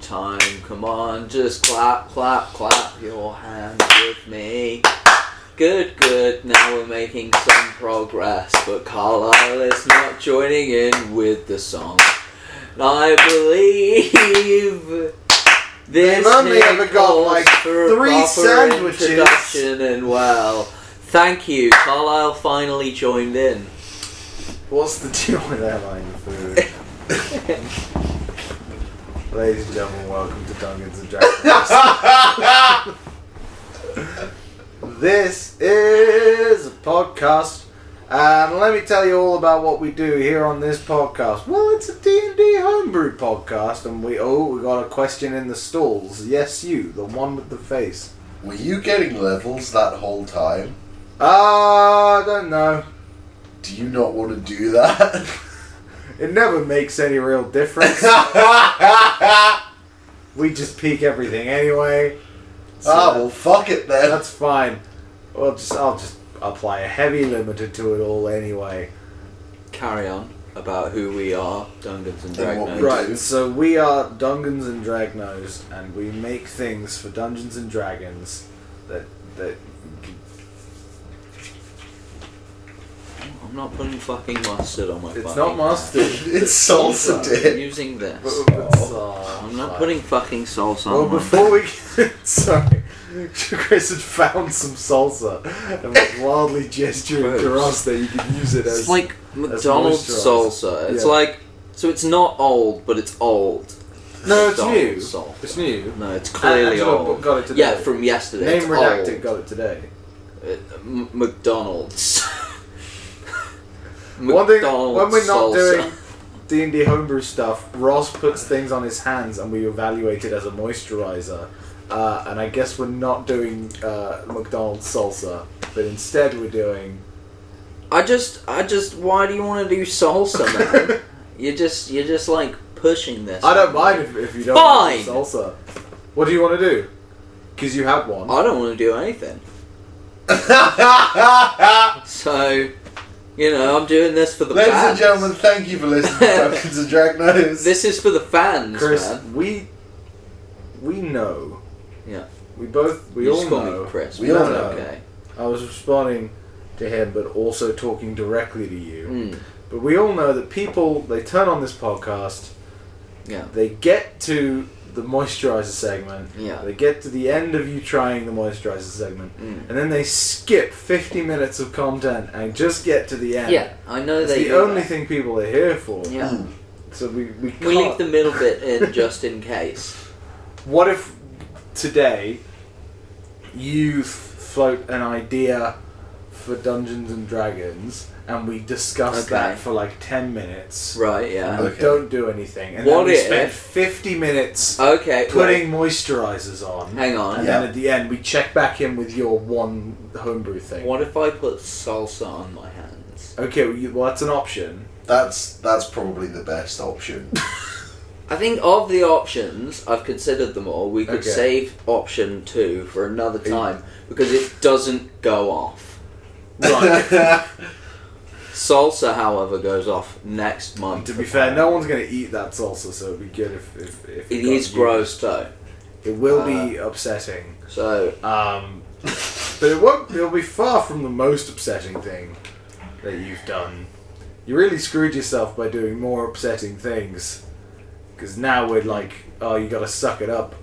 time. Come on, just clap, clap, clap your hands with me. Good, good, now we're making some progress, but Carlisle is not joining in with the song. I believe this They've only may ever got, calls like, for a three proper sandwiches. introduction and well, thank you. Carlisle finally joined in. What's the deal with airline food? Ladies and gentlemen, welcome to Dungeons and Dragons. this is a podcast, and let me tell you all about what we do here on this podcast. Well, it's a D&D homebrew podcast, and we oh, we got a question in the stalls. Yes, you, the one with the face. Were you getting levels that whole time? Ah, Uh, I don't know. Do you not want to do that? It never makes any real difference. ah, we just peek everything anyway. Uh, well, fuck it then. That's fine. Well, just I'll just apply a heavy limiter to it all anyway. Carry on about who we are, Dungeons and And what Dragons. we Right. do. So we are Dungeons and Dragnos, and we make things for Dungeons and Dragons that that I'm not putting fucking mustard on my it's fucking not mustard. it's salsa I'm dip. using this. Oh, I'm not putting fucking salsa Well, on my before we sorry, Chris had found some salsa and was wildly gesturing to Gross. us that you could use it as It's like McDonald's moisturised. salsa. It's Yeah. like so it's not old, but it's old. no, it's McDonald's new. Salsa. It's new. No, it's clearly Angela old. got it today. Yeah, from yesterday. Name it's redacted old. got it today. It- M- McDonald's. One thing McDonald's when we're not salsa. doing D and D homebrew stuff, Ross puts things on his hands, and we evaluate it as a moisturizer. Uh, and I guess we're not doing uh, McDonald's salsa, but instead we're doing. I just, I just. Why do you want to do salsa, man? you're just, you're just like pushing this. I don't mind if, if you don't Fine. want salsa. What do you want to do? Because you had one. I don't want to do anything. So, you know, I'm doing this for the Ladies fans. and gentlemen, thank you for listening to Dungeons and Dragnos. This is for the fans, Chris, man. we we know. Yeah. We both we you all just call know. me Chris. We That's all know. Okay. I was responding to him, but also talking directly to you. Mm, But we all know that people they turn on this podcast, yeah. they get to the moisturizer segment, Yeah. they get to the end of you trying the moisturizer segment, Mm. and then they skip fifty minutes of content and just get to the end. Yeah, I know It's they. the do only Mm. that. thing people are here for. Yeah, So we we, can't. we leave the middle bit in just in case. What if today you f- float an idea for Dungeons and Dragons and we discuss Okay. that for like ten minutes? Right. Yeah. and Okay. don't do anything. And What then we if- spend 50 minutes Okay. wait, putting moisturizers on. hang And on. Yeah. then at the end, we check back in with your one homebrew thing. What if I put salsa on my hands? Okay, well, you, well, that's an option. That's that's probably the best option. I think of the options, I've considered them all. We could Okay. save option two for another you- time because it doesn't go off. Right. Salsa, however, goes off next month. to be fair, no one's going to eat that salsa, so it'd be good if. if, if It got is used. gross Uh, though. It will be upsetting. So Um, but it won't. It'll be far from the most upsetting thing that you've done. You really screwed yourself by doing more upsetting things. Because now we're like, oh, you gotta suck it up.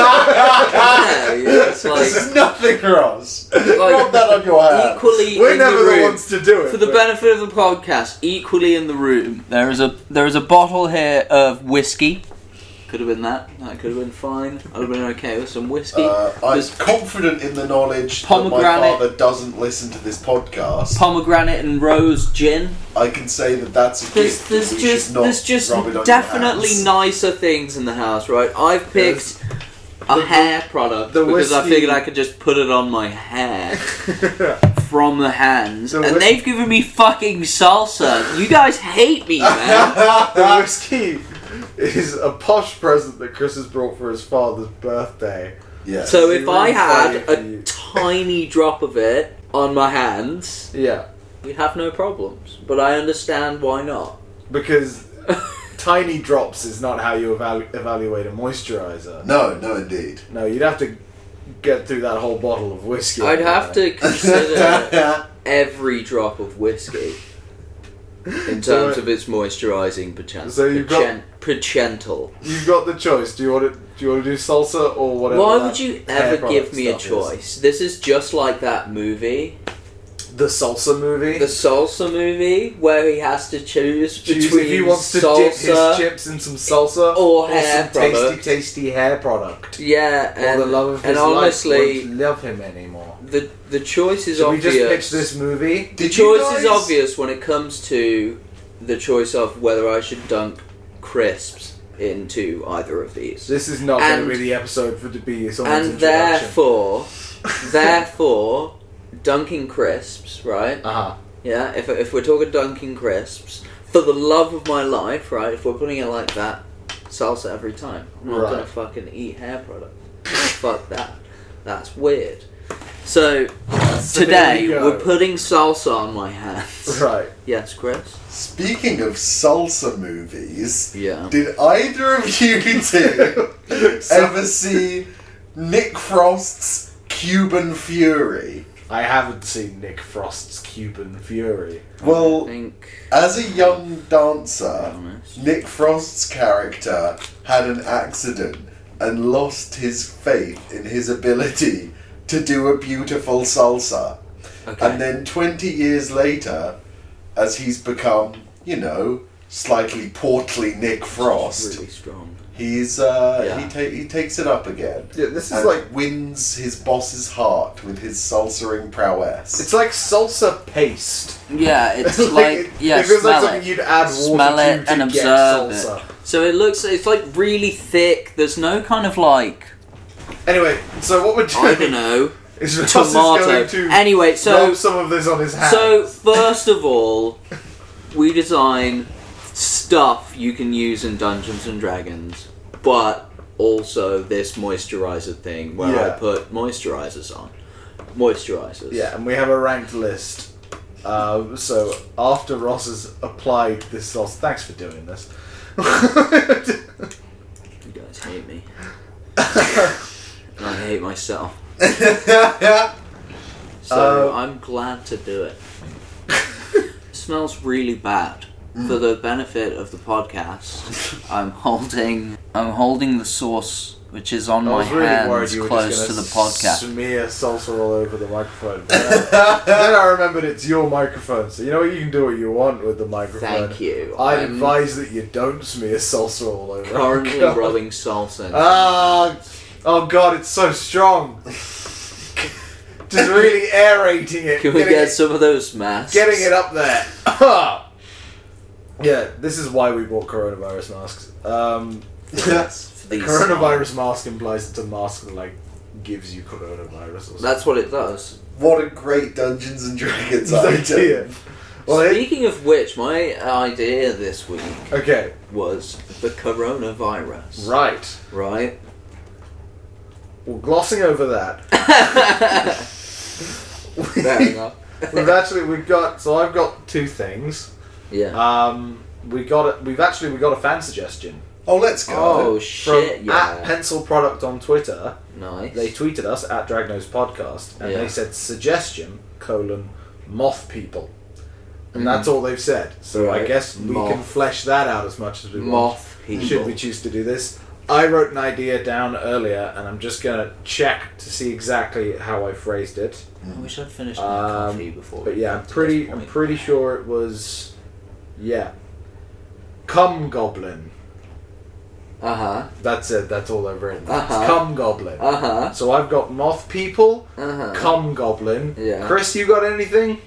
yeah, it's this like is nothing, Ross. Like- Rub that on your hand. equally We're in never the the, room. ones to do it. For the but- benefit of the podcast, equally in the room, there is a there is a bottle here of whiskey. Could have been that. That could have been fine. I'd have been okay with some whiskey. Uh, I'm There's confident in the knowledge that my Pomegranate. father doesn't listen to this podcast. pomegranate and rose gin. I can say that that's a There's gift. there's and you should just not there's just rub it on definitely your hands. nicer things in the house, right? I've picked a The- hair product the because I whiskey- figured I could just put it on my hair from the hands, The and whis- they've given me fucking salsa. You guys hate me, man. the whiskey is a posh present that Chris has brought for his father's birthday. Yeah. So if Zero I had value for a you. tiny drop of it on my hands, Yeah, we'd have no problems. But I understand why not. because tiny drops is not how you evalu- evaluate a moisturizer. No, no, indeed. No, you'd have to get through that whole bottle of whiskey. I'd have to consider That's every drop of whiskey in terms of its moisturising potential. So you've got- potential. You've got the choice. Do you want to do you want to do salsa or whatever? Why that would you hair ever product give me a stuff is? choice? This is just like that movie The salsa movie. The salsa movie where he has to choose Choose between if he wants to dip his salsa. chips in some salsa or some hair tasty, product. tasty hair product. yeah, and, or the love of his and honestly, life won't love him anymore. the the choice is Should we obvious. just pitch this movie? the Did you choice is guys- obvious when it comes to the choice of whether I should dunk crisps into either of these, This is not going And- to be the episode for to be someone's and introduction. therefore, therefore, dunking crisps, right? uh-huh. Yeah, if, if we're talking Dunkin' Crisps, for the love of my life, right? If we're putting it like that, salsa every time. I'm not Right. gonna fucking eat hair product. Fuck that. That's weird. So there today you go. we're putting salsa on my hands. Right. Yes, Chris. Speaking of salsa movies, Yeah. did either of you two ever see Nick Frost's Cuban Fury? I haven't seen Nick Frost's Cuban Fury. I Well, think. as a young Uh, dancer, Honest. Nick Frost's character had an accident and lost his faith in his ability to do a beautiful salsa. Okay. And then 20 years later, as he's become, you know, slightly portly Nick Frost, Really strong. he's uh, Yeah. he, ta- he takes it up again. Yeah, this is and like wins his boss's heart with his salsering prowess. it's like salsa paste. Yeah, it's like yeah, it feels like smell something it. you'd add water Smell to it to and get observe salsa. So it looks. It's like really thick. There's no kind of like Anyway, so what we're I don't doing know. is Ross is tomato. going to Anyway, so rub some of this on his hands. so first of all, we design stuff you can use in Dungeons and Dragons, but also this moisturizer thing where Yeah. I put moisturizers on. Moisturizers. yeah, and we have a ranked list. Uh, so after Ross has applied this sauce, thanks for doing this. You guys hate me. and I hate myself. So Uh, I'm glad to do it. it smells really bad. For Mm. the benefit of the podcast, I'm holding I'm holding the sauce which is on I my was really worried hands you were close just to gonna the podcast. Smear salsa all over the microphone. But then- then I remembered it's your microphone, so you know what you can do what you want with the microphone. Thank you. I I'm advise that you don't smear salsa all over. currently Oh, God. rubbing salsa. into Ah, oh god, it's so strong. Just really aerating it. it. Can we getting get it- some of those masks? getting it up there. yeah, this is why we bought coronavirus masks. Um, Yes. the These- coronavirus mask implies it's a mask that like gives you coronavirus. Or something. That's what it does. what a great Dungeons and It's Dragons idea. idea. Well, it- Speaking of which, my idea this week okay, was the coronavirus. right. Right. Well, glossing over that, Fair enough. we've actually we've got. So I've got two things. Yeah. Um, we got. A, we've actually we got a fan suggestion. Oh, let's go. Oh from shit! at Yeah. Pencil Product on Twitter. Nice. They tweeted us at Dragnos Podcast, and Yeah. they said suggestion colon moth people, and that's all they've said. So I Mm-hmm. Right. guess we can Moth. flesh that out as much as we want. moth people. Should we choose to do this? I wrote an idea down earlier, and I'm just gonna check to see exactly how I phrased it. I wish I'd finished my Um, coffee before. But we yeah, got I'm to pretty. this I'm point. pretty sure it was, yeah. Come goblin. Uh huh. That's it. That's all I've written. Uh-huh. It's come goblin. Uh huh. So I've got moth people. Uh huh. Come, Goblin. Yeah. Chris, you got anything?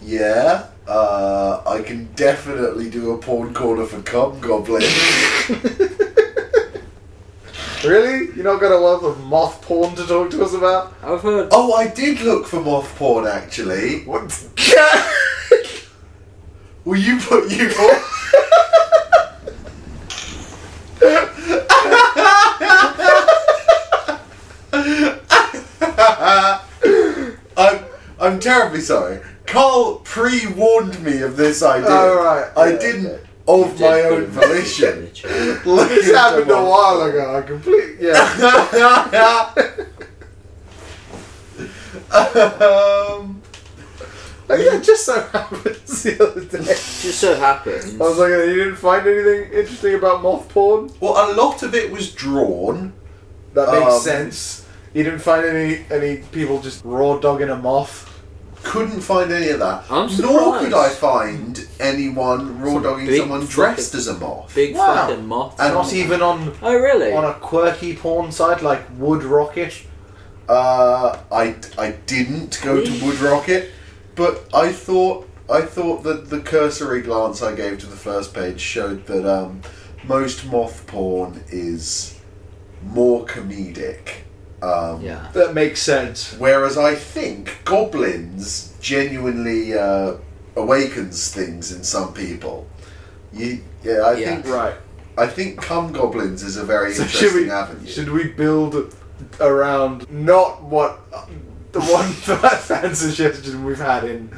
Yeah, uh, I can definitely do a porn corner for Cum Goblin. Really? You not got a wealth of moth porn to talk to us about? I've heard. oh, I did look for moth porn actually. What? Will you put you on? I'm, I'm terribly sorry. Carl pre warned me of this idea. All Oh, right. I Yeah, didn't okay. You of did my put own a message in volition. the chat. Like This you've happened a done one. while ago. I completely. Yeah. um, Like, yeah, it just so happens the other day. Just so happens. I was like, you didn't find anything interesting about moth porn? well, a lot of it was drawn. That makes Um, sense. You didn't find any any people just raw dogging a moth? Couldn't find any of that. I'm Nor could surprised. I find anyone raw Some dogging big someone fucking- dressed as a moth. Big Wow. fucking moth. And- Not even on oh really? on a quirky porn site like Wood Rocket. Uh, I, I didn't go to Wood Rocket, but I thought I thought that the cursory glance I gave to the first page showed that um, most moth porn is more comedic. Um, yeah. That makes sense. Whereas I think goblins genuinely uh, awakens things in some people. You, yeah, I Yeah. think Right. I think cum goblins is a very So interesting should we avenue. should we build around not what the one fan suggestion we've had in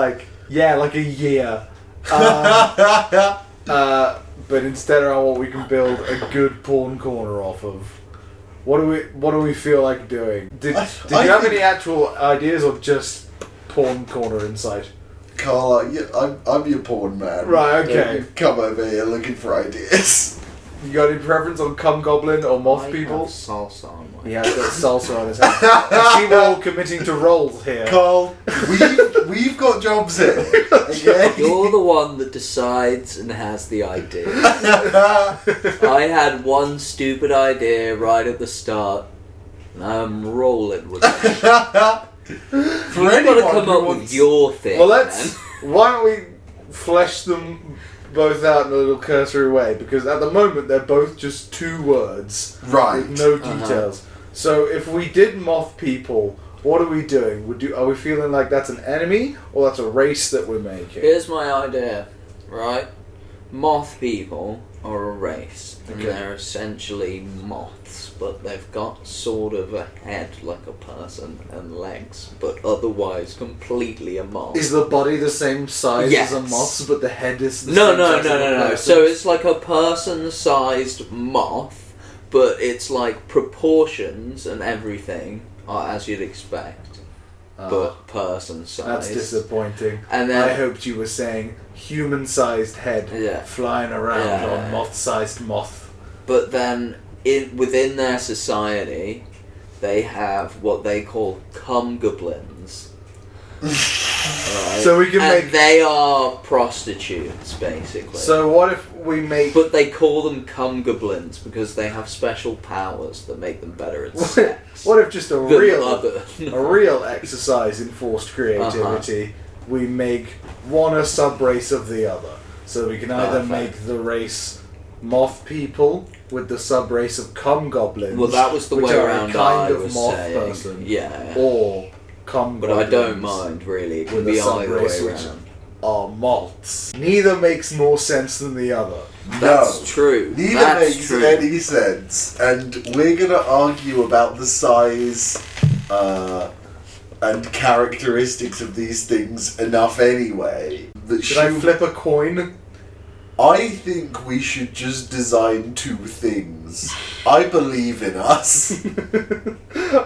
like yeah like a year, uh, uh, but instead around what we can build a good porn corner off of. What do we What do we feel like doing? Did I- Did I you have think- any actual ideas or just porn corner insight? Carl, you, I'm, I'm your porn man. Right, okay. You've come over here looking for ideas. You got any preference on cum goblin or moth I people? have salsa on my- Yeah, I've got salsa on his hand. I see we're all committing to roles here. Carl, we've, we've got jobs here. Okay? You're the one that decides and has the idea. I had one stupid idea right at the start, and I'm rolling with it. For You've got to anyone come who up wants- with your thing. Well, let's. man. Why don't we flesh them both out in a little cursory way? Because at the moment they're both just two words Right. with no Uh-huh. details. So if we did moth people, what are we doing? Would do? Are we feeling like that's an enemy or that's a race that we're making? Here's my idea, right? Moth people are a race, and Okay. they're essentially moths, but they've got sort of a head like a person and legs, but otherwise completely a moth. Is the body the same size Yes. as a moth's, but the head is the No, same no, size no, as a no, no. person's? So it's like a person-sized moth, but it's like proportions and everything are as you'd expect, Ah, but person-sized. that's disappointing. and I then hoped you were saying human-sized head Yeah. flying around Yeah. on moth-sized moth. but then in within their society they have what they call cum goblins right? So we can and make- they are prostitutes basically So what if we make but they call them cum goblins because they have special powers that make them better at sex What if just a than real other- a real exercise in forced creativity? Uh-huh. We make one a sub race of the other, so we can either Perfect. make the race moth people with the sub race of cum goblins. well that was the which way are a around kind I of was moth saying person, yeah or cum. but I don't goblins mind really it with can the be sub either race way which- around Are moths. Neither makes more sense than the other. that's No. true Neither that's makes true any sense, and we're going to argue about the size uh, and characteristics of these things enough anyway. That Should I flip a coin? I think we should just design two things. I believe in us.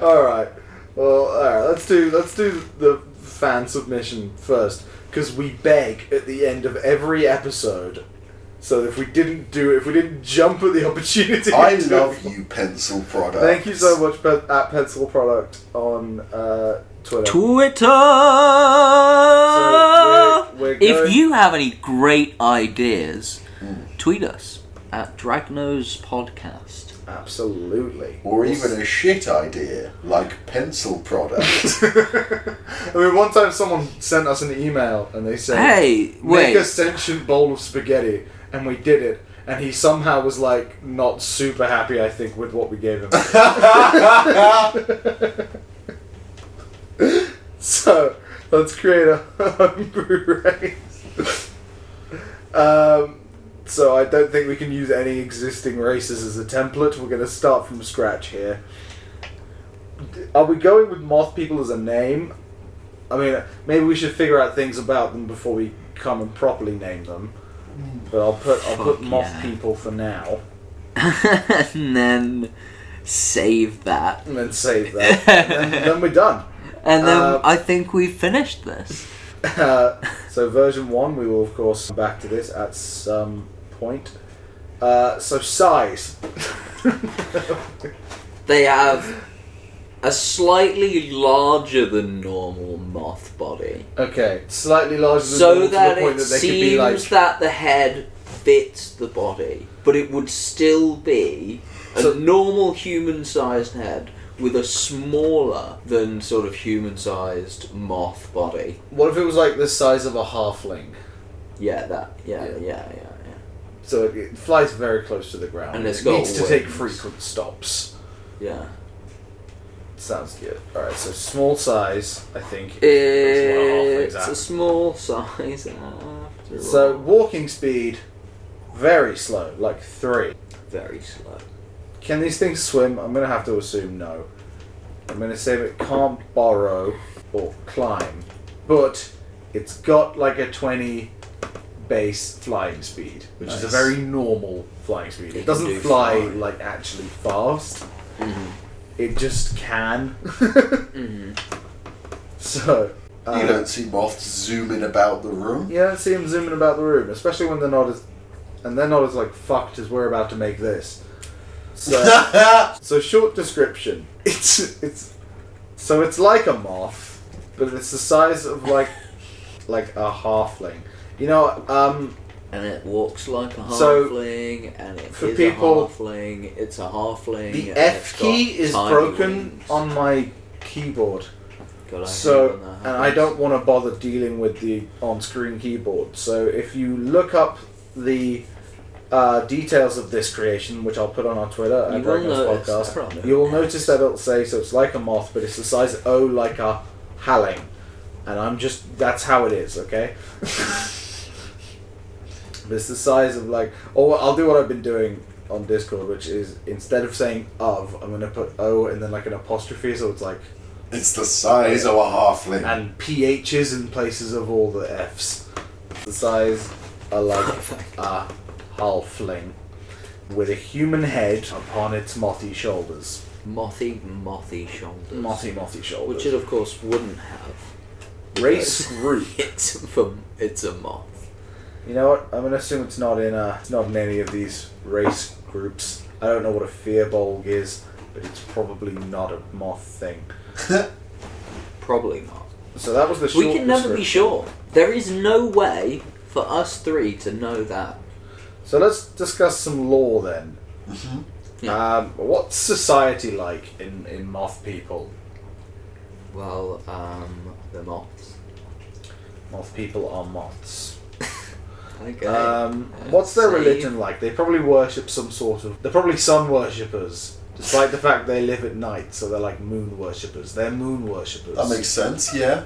all right. Well, all right. Let's do let's do the fan submission first because we beg at the end of every episode. So if we didn't do it, if we didn't jump at the opportunity, I to- love you, pencil products. Thank you so much, Pe- at Pencil Product on uh, Twitter. Twitter. So we're- we're going- if you have any great ideas, Hmm. tweet us at Dragnose Podcast. Absolutely. Or even a shit idea, like pencil product. I mean, one time someone sent us an email and they said, Hey, make wait. a sentient bowl of spaghetti, and we did it. And he somehow was like not super happy, I think, with what we gave him. so let's create a homebrew race. um, so I don't think we can use any existing races as a template. We're going to start from scratch here. D- Are we going with moth people as a name? I mean, maybe we should figure out things about them before we come and properly name them. But I'll put I'll put Fuck moth yeah. people for now and then save that. and then save that. and then, then we're done. And then Uh, I think we've finished this. Uh, so version one, we will of course come back to this at some point. Uh, so size. They have a slightly larger than normal moth body. okay, slightly larger than so normal that to the point it that they could seems be like that the head fits the body, but it would still be a So- normal human-sized head with a smaller than sort of human-sized moth body. What if it was like the size of a halfling? Yeah, that. Yeah, Yeah. yeah, yeah, yeah. So it, it flies very close to the ground. And it's it got needs to take wings. frequent stops. yeah. Sounds good. All right, so small size, I think. is what It's halflings a are. small size after all. So walking speed, very slow, like three. very slow. Can these things swim? I'm gonna have to assume no. I'm gonna say that it can't borrow or climb, but it's got like a 20 base flying speed, which is a Nice. very normal flying speed. It, It doesn't can do fly fine. like actually fast. Mhm. It just can. Mm-hmm. Mhm. so. uh, you don't see moths zooming about the room. Yeah, I see him zooming about the room, especially when they're not as, and they're not as like fucked as we're about to make this. So, so short description. It's it's, so it's like a moth, but it's the size of like, like a halfling. You know, um, And it walks like a So, halfling, and it for is people- a halfling. It's a halfling. the and F it's key got is tiny broken wings. on my keyboard. God, I hate So, when that and I happens. don't want to bother dealing with the on-screen keyboard. So, if you look up the uh, details of this creation, which I'll put on our Twitter You at will Dragon's notice- I Podcast, don't you will know. notice that it'll say so. It's like a moth, but it's the size of O, like a howling. And I'm just that's how it is. Okay. But it's the size of like. Oh, I'll do what I've been doing on Discord, which is instead of saying of, I'm gonna put O and then like an apostrophe, so it's like It's the size Oh, of a halfling. and PHs in places of all the Fs. The size are like a halfling with a human head upon its mothy shoulders. Mothy, mothy shoulders. Mothy, mothy shoulders. Which it, of course, wouldn't have. race group. It's from. It's a moth. You know what? I'm gonna assume it's not in a, it's not in any of these race groups. I don't know what a fearbolg is, but it's probably not a moth thing. Uh, Probably not. So that was the short We can never be description. sure. There is no way for us three to know that. So let's discuss some law then. Mhm. Yeah. Um, what's society like in, in moth people? Well, um, the moths. Moth people are moths. Okay. Um, Let's what's their see. religion like? They probably worship some sort of. They're probably sun worshippers, despite the fact they live at night, so they're like moon worshippers. They're moon worshippers. That makes sense, yeah.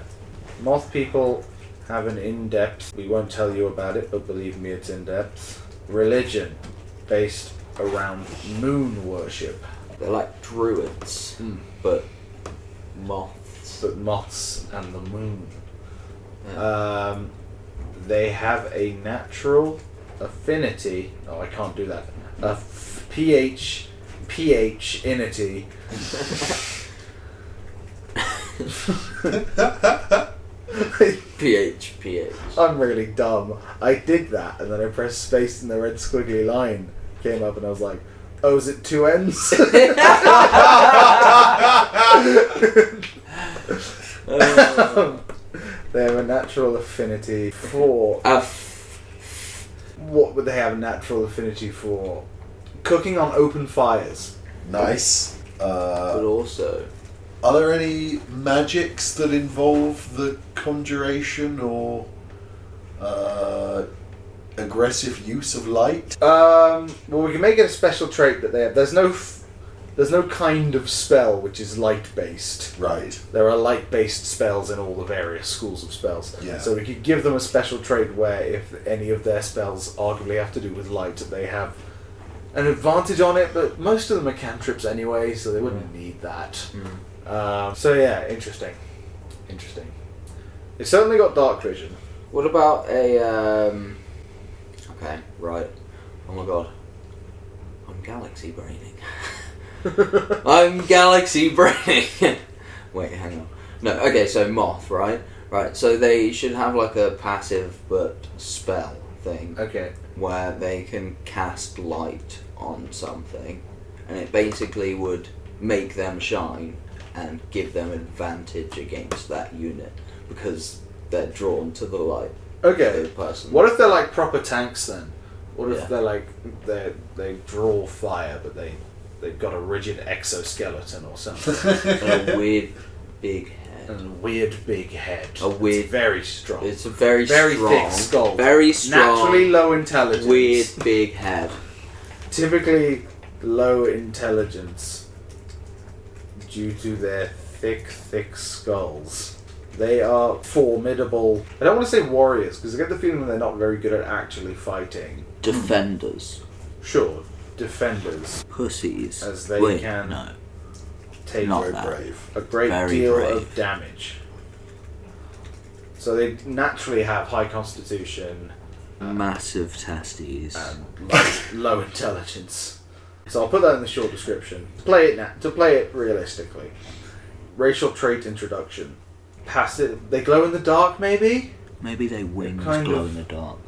Moth people have an in depth, we won't tell you about it, but believe me, it's in depth, religion based around moon worship. They're like druids, Mm. but moths. But moths and the moon. Yeah. Um, they have a natural affinity. Oh, I can't do that. A f- pH, pH inity PH, PH. I'm really dumb. I did that, and then I pressed space, and the red squiggly line came up, and I was like, "Oh, is it two N's?" Uh, they have a natural affinity for a f- what would they have a natural affinity for? Cooking on open fires. nice. but Uh, also, are there any magics that involve the conjuration or uh, aggressive use of light? Um, well, we can make it a special trait that they have. There's no, f- there's no kind of spell which is light based. Right. There are light based spells in all the various schools of spells. Yeah. So we could give them a special trait where if any of their spells arguably have to do with light, they have an advantage on it, but most of them are cantrips anyway, so they wouldn't need that. Um, so yeah, interesting. Interesting. They've certainly got dark vision. what about a um, Okay, right. Oh my god. I'm galaxy braining. I'm galaxy braining. Wait, hang on. No, okay, so moth, right? Right, so they should have like a passive but spell thing okay. where they can cast light on something and it basically would make them shine and give them advantage against that unit because they're drawn to the light of Okay. the person. What if they're like proper tanks then? What if Yeah. they're like they they draw fire but they they've got a rigid exoskeleton or something And a weird big head. and a weird big head. A weird- It's very strong. It's a very, Very strong, thick skull. very strong, naturally low intelligence. weird big head. Typically low intelligence due to their thick, thick skulls. They are formidable. I don't want to say warriors because I get the feeling they're not very good at actually fighting. Defenders, Sure, defenders. pussies. As they Wait, can. No, take Not a- that. brave. a great Very deal brave. of damage. So they naturally have high constitution massive testes. and low, low intelligence. So I'll put that in the short description. To play it na- to play it realistically. Racial trait introduction. Passive. They glow in the dark, maybe. Maybe they wings kind glow of- in the dark.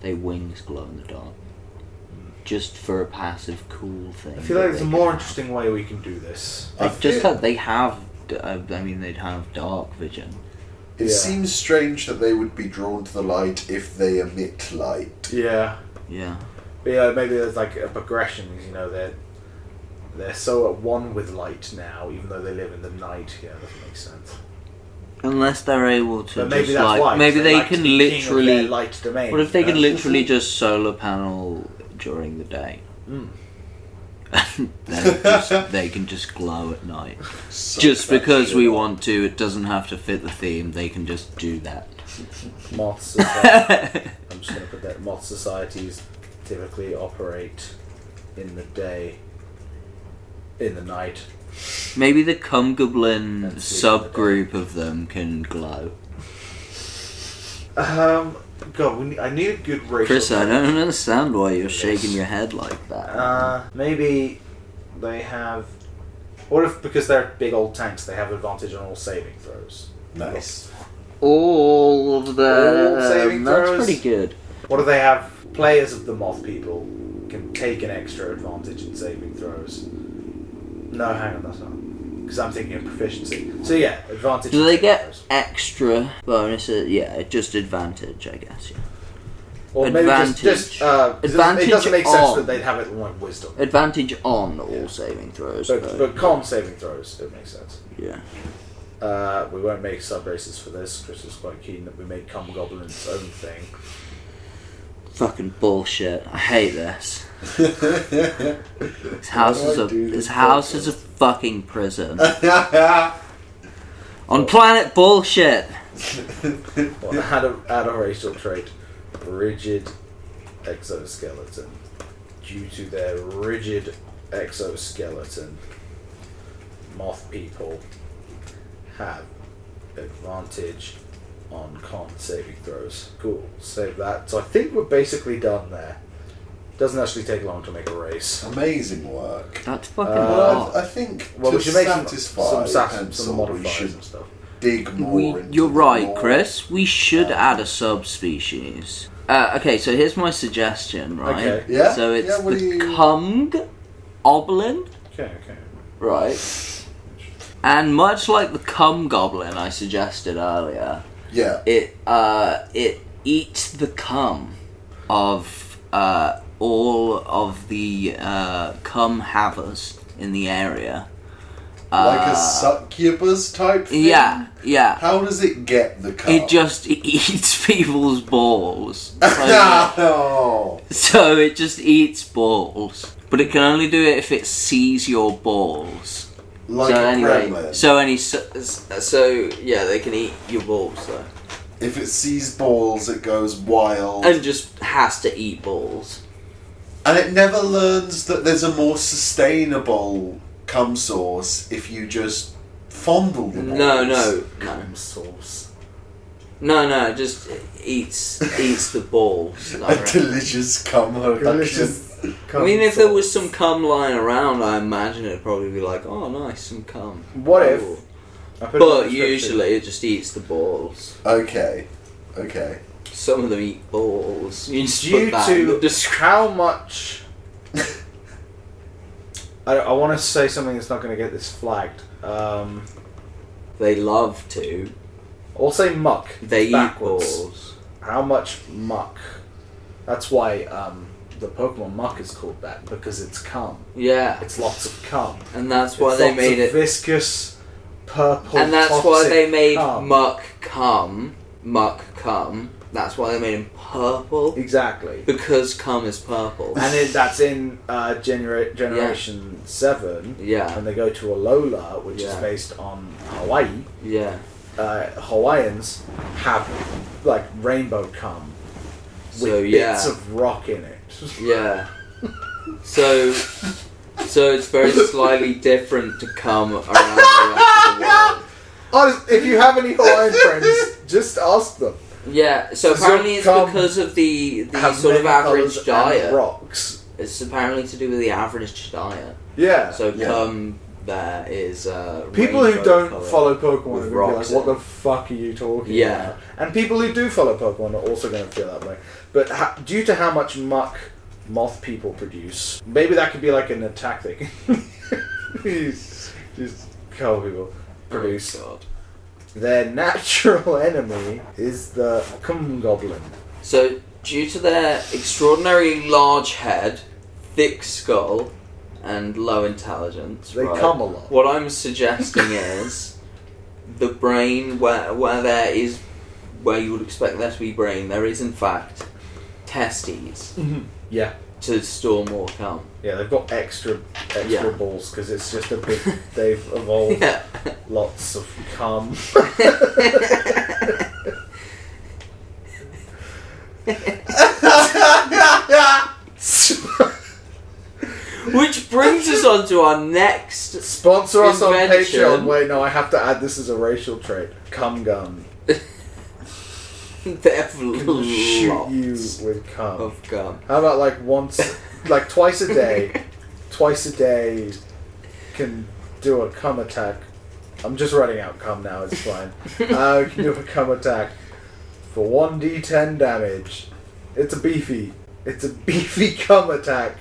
They wings glow in the dark. Just for a passive cool thing. I feel that like they there's a could more have. interesting way we can do this. I Like, just feel- that they have. d- I I mean, they'd have dark vision. It Yeah. seems strange that they would be drawn to the light if they emit light. Yeah. Yeah. But yeah, maybe there's like a progression. You know, they're they're so at one with light now, even though they live in the night. Yeah, that makes sense. Unless they're able to But maybe just that's like why. maybe so they light's can the king of their literally. light domain. What if they can Uh, literally just solar panel during the day? Mm. And then just, they can just glow at night. Suck just that because shit we up. want to, it doesn't have to fit the theme. They can just do that. moths? Society, I'm just going to put that moth societies typically operate in the day, in the night. Maybe the cum goblin That's sleep in the subgroup of them can glow. Um, God, we need, I need a good racial. Chris, I don't understand why you're Yes. shaking your head like that. Uh, maybe they have. What if because they're big old tanks, they have advantage on all saving throws? Nice. All of them. All saving That's throws. pretty good. What do they have? Players of the Moth People can take an extra advantage in saving throws. No, hang on, that's not. Because I'm thinking of proficiency. So yeah, advantage. Do in they saving get throws. extra bonuses? Yeah, just advantage, I guess. Yeah. or maybe Just, advantage? just, uh, 'cause it doesn't- Advantage It doesn't make sense on. that they'd have it in like wisdom. Advantage on all saving throws. But, though. but con saving throws, it makes sense. yeah. Uh, we won't make sub races for this. Chris was quite keen that we make Cum Goblin's own thing. Fucking bullshit. I hate this. This house do I is a do this this house is a fucking prison. On planet bullshit. Well, add a, add a racial trait, rigid exoskeleton. Due to their rigid exoskeleton, moth people have advantage on con saving throws. Cool, save that. So I think we're basically done there. Doesn't actually take long to make a race. Amazing work. That's fucking Uh, hot. Well, I, I think Well, to we should make some, satisfy some, sat- and some sort, we modifiers should and stuff. dig more We, into you're the right, lore. Chris. We should add a subspecies. Uh, okay, so here's my suggestion, right? Okay. Yeah? So it's Yeah, what the do you- Kung Oblin, Okay, okay. right? And much like the Cum Goblin I suggested earlier, Yeah. it uh, it eats the cum of uh, all of the uh, cum havers in the area. Like a Uh, succubus type thing? Yeah, yeah. How does it get the cup? Oh. It just eats people's balls. So, oh. so it just eats balls. But it can only do it if it sees your balls. Like so a anyway, gremlin. so any so, so yeah, they can eat your balls though, if it sees balls, it goes wild. and just has to eat balls. And it never learns that there's a more sustainable cum source if you just fondle them. No, no, no. Source. No, no, just eats eats the balls. I A reckon. delicious cum production. Delicious. I mean, if there was some cum lying around, I imagine it'd probably be like, oh, nice, some cum. What if- Cool. I put it But in the description. usually it just eats the balls. Okay, okay. Some of them eat balls. You just Due put that in the to descri- how much. I, I want to say something that's not going to get this flagged. Um, They love to. I'll say muck. They Backwards. eat balls. How much muck? That's why um, the Pokemon muck is called that because it's cum. Yeah, It's lots of cum. and that's why It's they lots made of it. viscous, purple. And that's why toxic they made cum. muck cum. Muck cum. That's why they made him purple. Exactly. Because cum is purple. And it, that's in uh, genera- Generation 7. Yeah, And they go to Alola, which is Yeah. based on Hawaii. yeah. Uh, Hawaiians have like rainbow cum with So bits yeah, of rock in it. yeah. So, so it's very slightly different to cum around the rest of the world. Honest, if you have any Hawaiian friends, just ask them. Yeah. So So apparently it's cum because of the the Have sort of many average colours and diet. Rocks. It's apparently to do with the average diet. Yeah. So Yeah. cum there is. Uh, People who rainbow don't colour. follow Pokemon with are going to be like, rocks what in the fuck are you talking Yeah. about? And people who do follow Pokemon are also going to feel that way. But ha- due to how much muck moth people produce, maybe that could be like an attack thing. just, just cull people produce. Oh, God. Their natural enemy is the cum goblin. So due to their extraordinarily large head, thick skull, and low intelligence, They right, cum a lot. What I'm suggesting is the brain where where there is where you would expect there to be brain, there is in fact testes Yeah. to store more cum. Yeah, they've got extra extra Yeah. balls because it's just a big. They've evolved Yeah. lots of cum. Which brings us on to our next Sponsor us on Invention. Patreon. Wait, no, I have to add this as a racial trait. Cum gun. They have Shoot lots you with cum. of cum. How about like once, like twice a day, twice a day, can do a cum attack. I'm just running out cum now. It's fine. uh, can do a cum attack for one d10 damage. It's a beefy. It's a beefy cum attack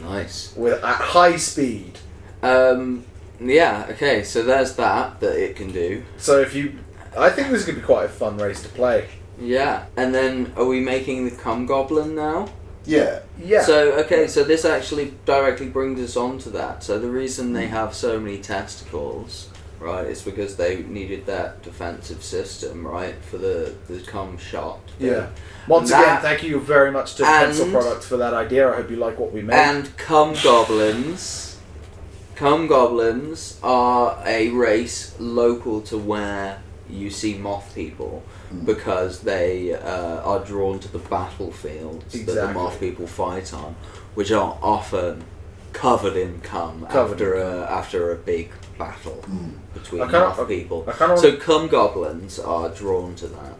Nice. with at high speed. Um, yeah, okay, so there's that that it can do. So if you, I think this could be quite a fun race to play. Yeah, and then are we making the cum goblin now? Yeah. Yeah. So, okay, so this actually directly brings us on to that. So, the reason Mm. they have so many testicles, right, is because they needed that defensive system, right, for the, the cum shot. thing. Yeah. Once That- again, thank you very much to and- Pencil Products for that idea. I hope you like what we made. And cum goblins. Cum goblins are a race local to where you see moth people because they uh, are drawn to the battlefields that the Exactly. moth people fight on, which are often covered in cum Hmm. Covered after in a after a big battle between I can't- moth people. I can't so cum goblins are drawn to that.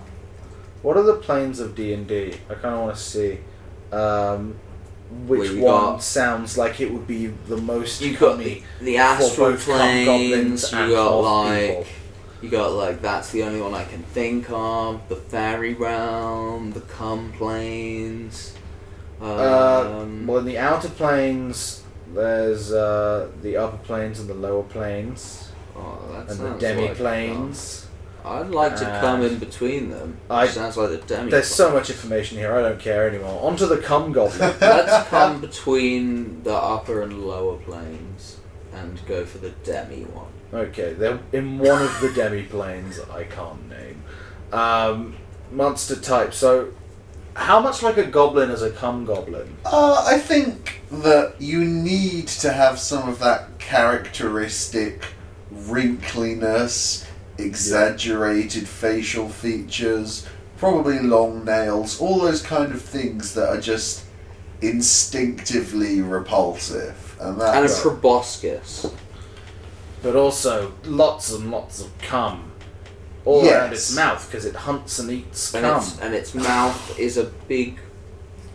what are the planes of D and D? I kind of want to see um, which Well, one you got- sounds like it would be the most. You got cummy the, the for astral both cum planes. goblins You and got moth like. people. You got like that's the only one I can think of. The fairy realm, the cum planes. Um, Uh, well, in the outer planes, there's uh, the upper planes and the lower planes, oh, that and the sounds demi like cum. planes. I'd like to come And- in between them. I- sounds like the demi. There's so much information here. I don't care anymore. Onto the cum goblin. Let's come between the upper and lower planes and go for the demi one. Okay, they're in one of the demi planes I can't name. Um, monster type. So, how much like a goblin is a cum goblin? Uh, I think that you need to have some of that characteristic wrinkliness, exaggerated facial features, probably long nails, all those kind of things that are just instinctively repulsive. And And a that's proboscis. But also lots and lots of cum. all around Yes. its mouth because it hunts and eats and cum. its and its mouth is a big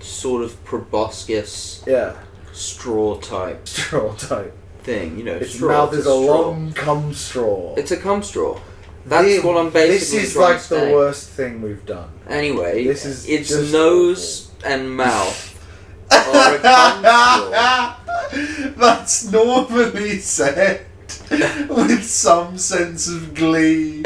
sort of proboscis Yeah, straw type straw type. thing. You know, Its straw, mouth it's is a long cum straw. It's a cum straw. That's This- what I'm basically This is trying like to the say. worst thing we've done. Anyway, This is its just nose and mouth are a cum straw. That's normally said with some sense of glee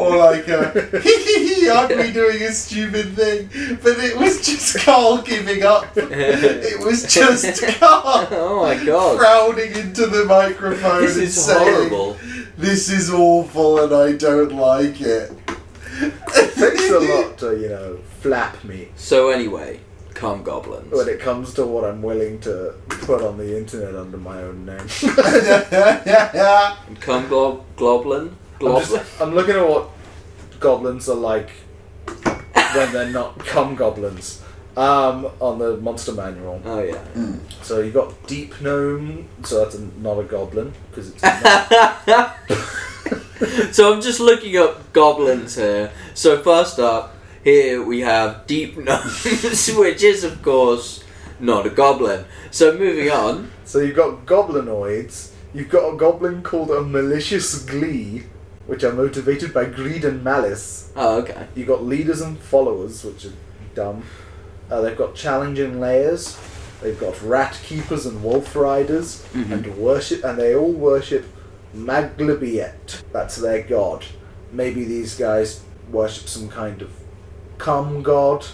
or like a hee hee hee, aren't we doing a stupid thing? But it was just Carl giving up. It was just Carl Oh my god. frowning into the microphone This and is saying, horrible. This is awful and I don't like it. Thanks a lot to, you know, flap me So anyway, cum goblins. when it comes to what I'm willing to put on the internet under my own name. And cum glob globlin? I'm, Globlin? just, I'm looking at what goblins are like when they're not cum goblins um, on the monster manual. Oh yeah. So you got deep gnome, so that's a, not a goblin because it's not. so I'm just looking up goblins here. So first up, here we have deep gnomes, which is of course not a goblin. So moving on. so you've got goblinoids. You've got a goblin called a malicious glee, which are motivated by greed and malice. Oh okay. You've got leaders and followers, which are dumb. Uh, they've got challenging layers. They've got rat keepers and wolf riders, Mm-hmm. and worship, and they all worship Maglebiet. That's their god. Maybe these guys worship some kind of cum god.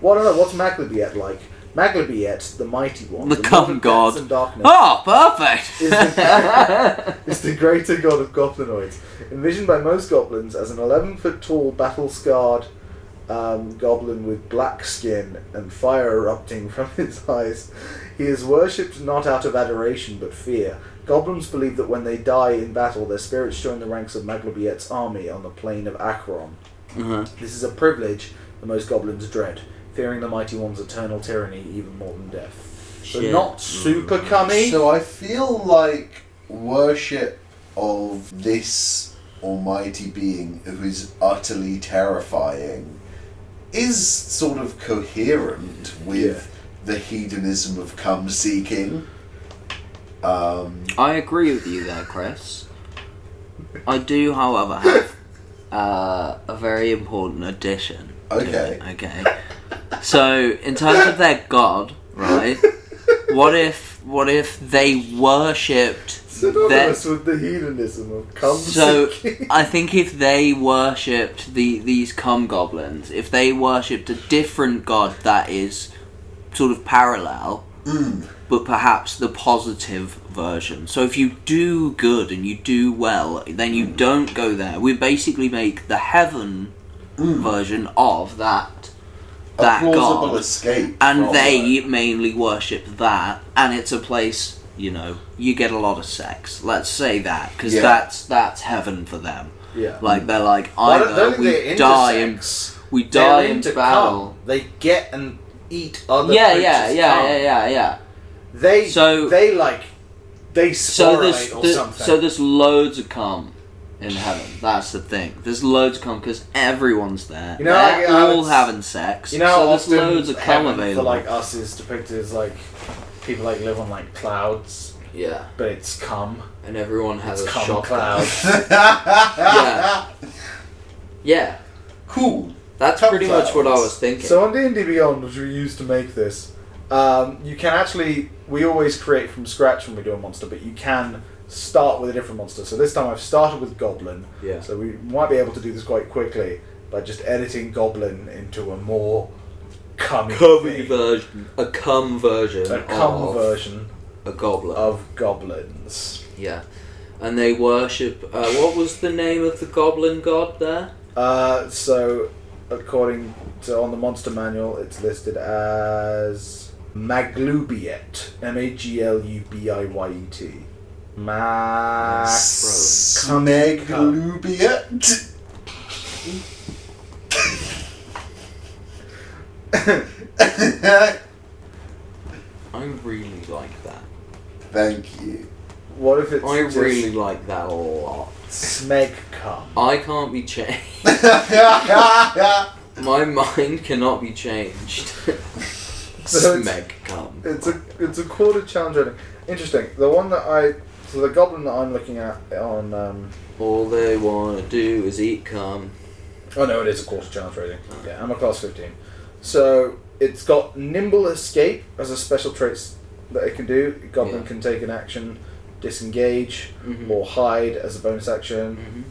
What well, I don't know. What's Maglebiet like? Maglebiet, the mighty one, The lord cum of death god. and darkness, Oh, perfect. is the, is the greater god of goblinoids, envisioned by most goblins as an 11 foot tall, battle scarred um, goblin with black skin and fire erupting from his eyes. He is worshipped not out of adoration but fear. Goblins believe that when they die in battle, their spirits join the ranks of Maglebiet's army on the plain of Akron. Mhm. This is a privilege the most goblins dread, fearing the mighty one's eternal tyranny even more than death. So Shit. not super cummy. So I feel like worship of this almighty being who is utterly terrifying is sort of coherent with the hedonism of come seeking. Um, I agree with you there, Chris. I do, however, have uh, a very important addition. to Okay. it, okay. So, in terms of their god, right? What if, what if they worshipped their? synonymous with the hedonism of cum So, seeking. I think if they worshipped the these cum goblins, if they worshipped a different god that is sort of parallel, Hmm. but perhaps the positive version. So if you do good and you do well, then Hmm. you don't go there. We basically make the heaven Hmm. version of that a that plausible god, escape. and from they that. mainly worship that, and it's a place. You know, you get a lot of sex. Let's say that because Yeah. that's that's heaven for them. yeah. Like they're like Well, I don't- don't either think they're we into die in sex. we They're die in into battle. cum. They get and eat other. Yeah, creatures' yeah, yeah, cum. yeah, yeah, yeah. They So- they like they So sporulate there's or th- something. so there's loads of cum in heaven. That's the thing. There's loads of cum because everyone's there. You know, They're like, I all would- having sex. you know, so how there's often loads of cum heaven available. for like us is depicted as like people like live on like clouds, yeah, but it's cum. and everyone has It's a cum shot cloud. yeah, yeah. Cool. That's Cum pretty much what I clouds. was thinking. So on D and D Beyond, which we used to make this, um, you can actually we always create from scratch when we do a monster, but you can start with a different monster. So this time I've started with Goblin. Yeah. So we might be able to do this quite quickly by just editing Goblin into a more cummy, Cummy thing. version, a cum version, a cum of version a goblin. of goblins. Yeah. And they worship. Uh, what was the name of the goblin god there? Uh, so according to on the monster manual, it's listed as Maglubiet. M A G L U B I Y E T. Ma. Smeglubiet. I really like that. Thank you. What if it's I just really like that a lot. Smeg cum. I can't be changed. My mind cannot be changed. So it's- Smeg cum. It's a it's a quarter challenge rating. Interesting. The one that I so the goblin that I'm looking at on um All they wanna do is eat cum. oh no it is a quarter challenge rating. Yeah, I'm a class fifteen. So it's got nimble escape as a special trait s- that it can do. Goblin Yeah. can take an action, disengage, Mhm. or hide as a bonus action. Mhm.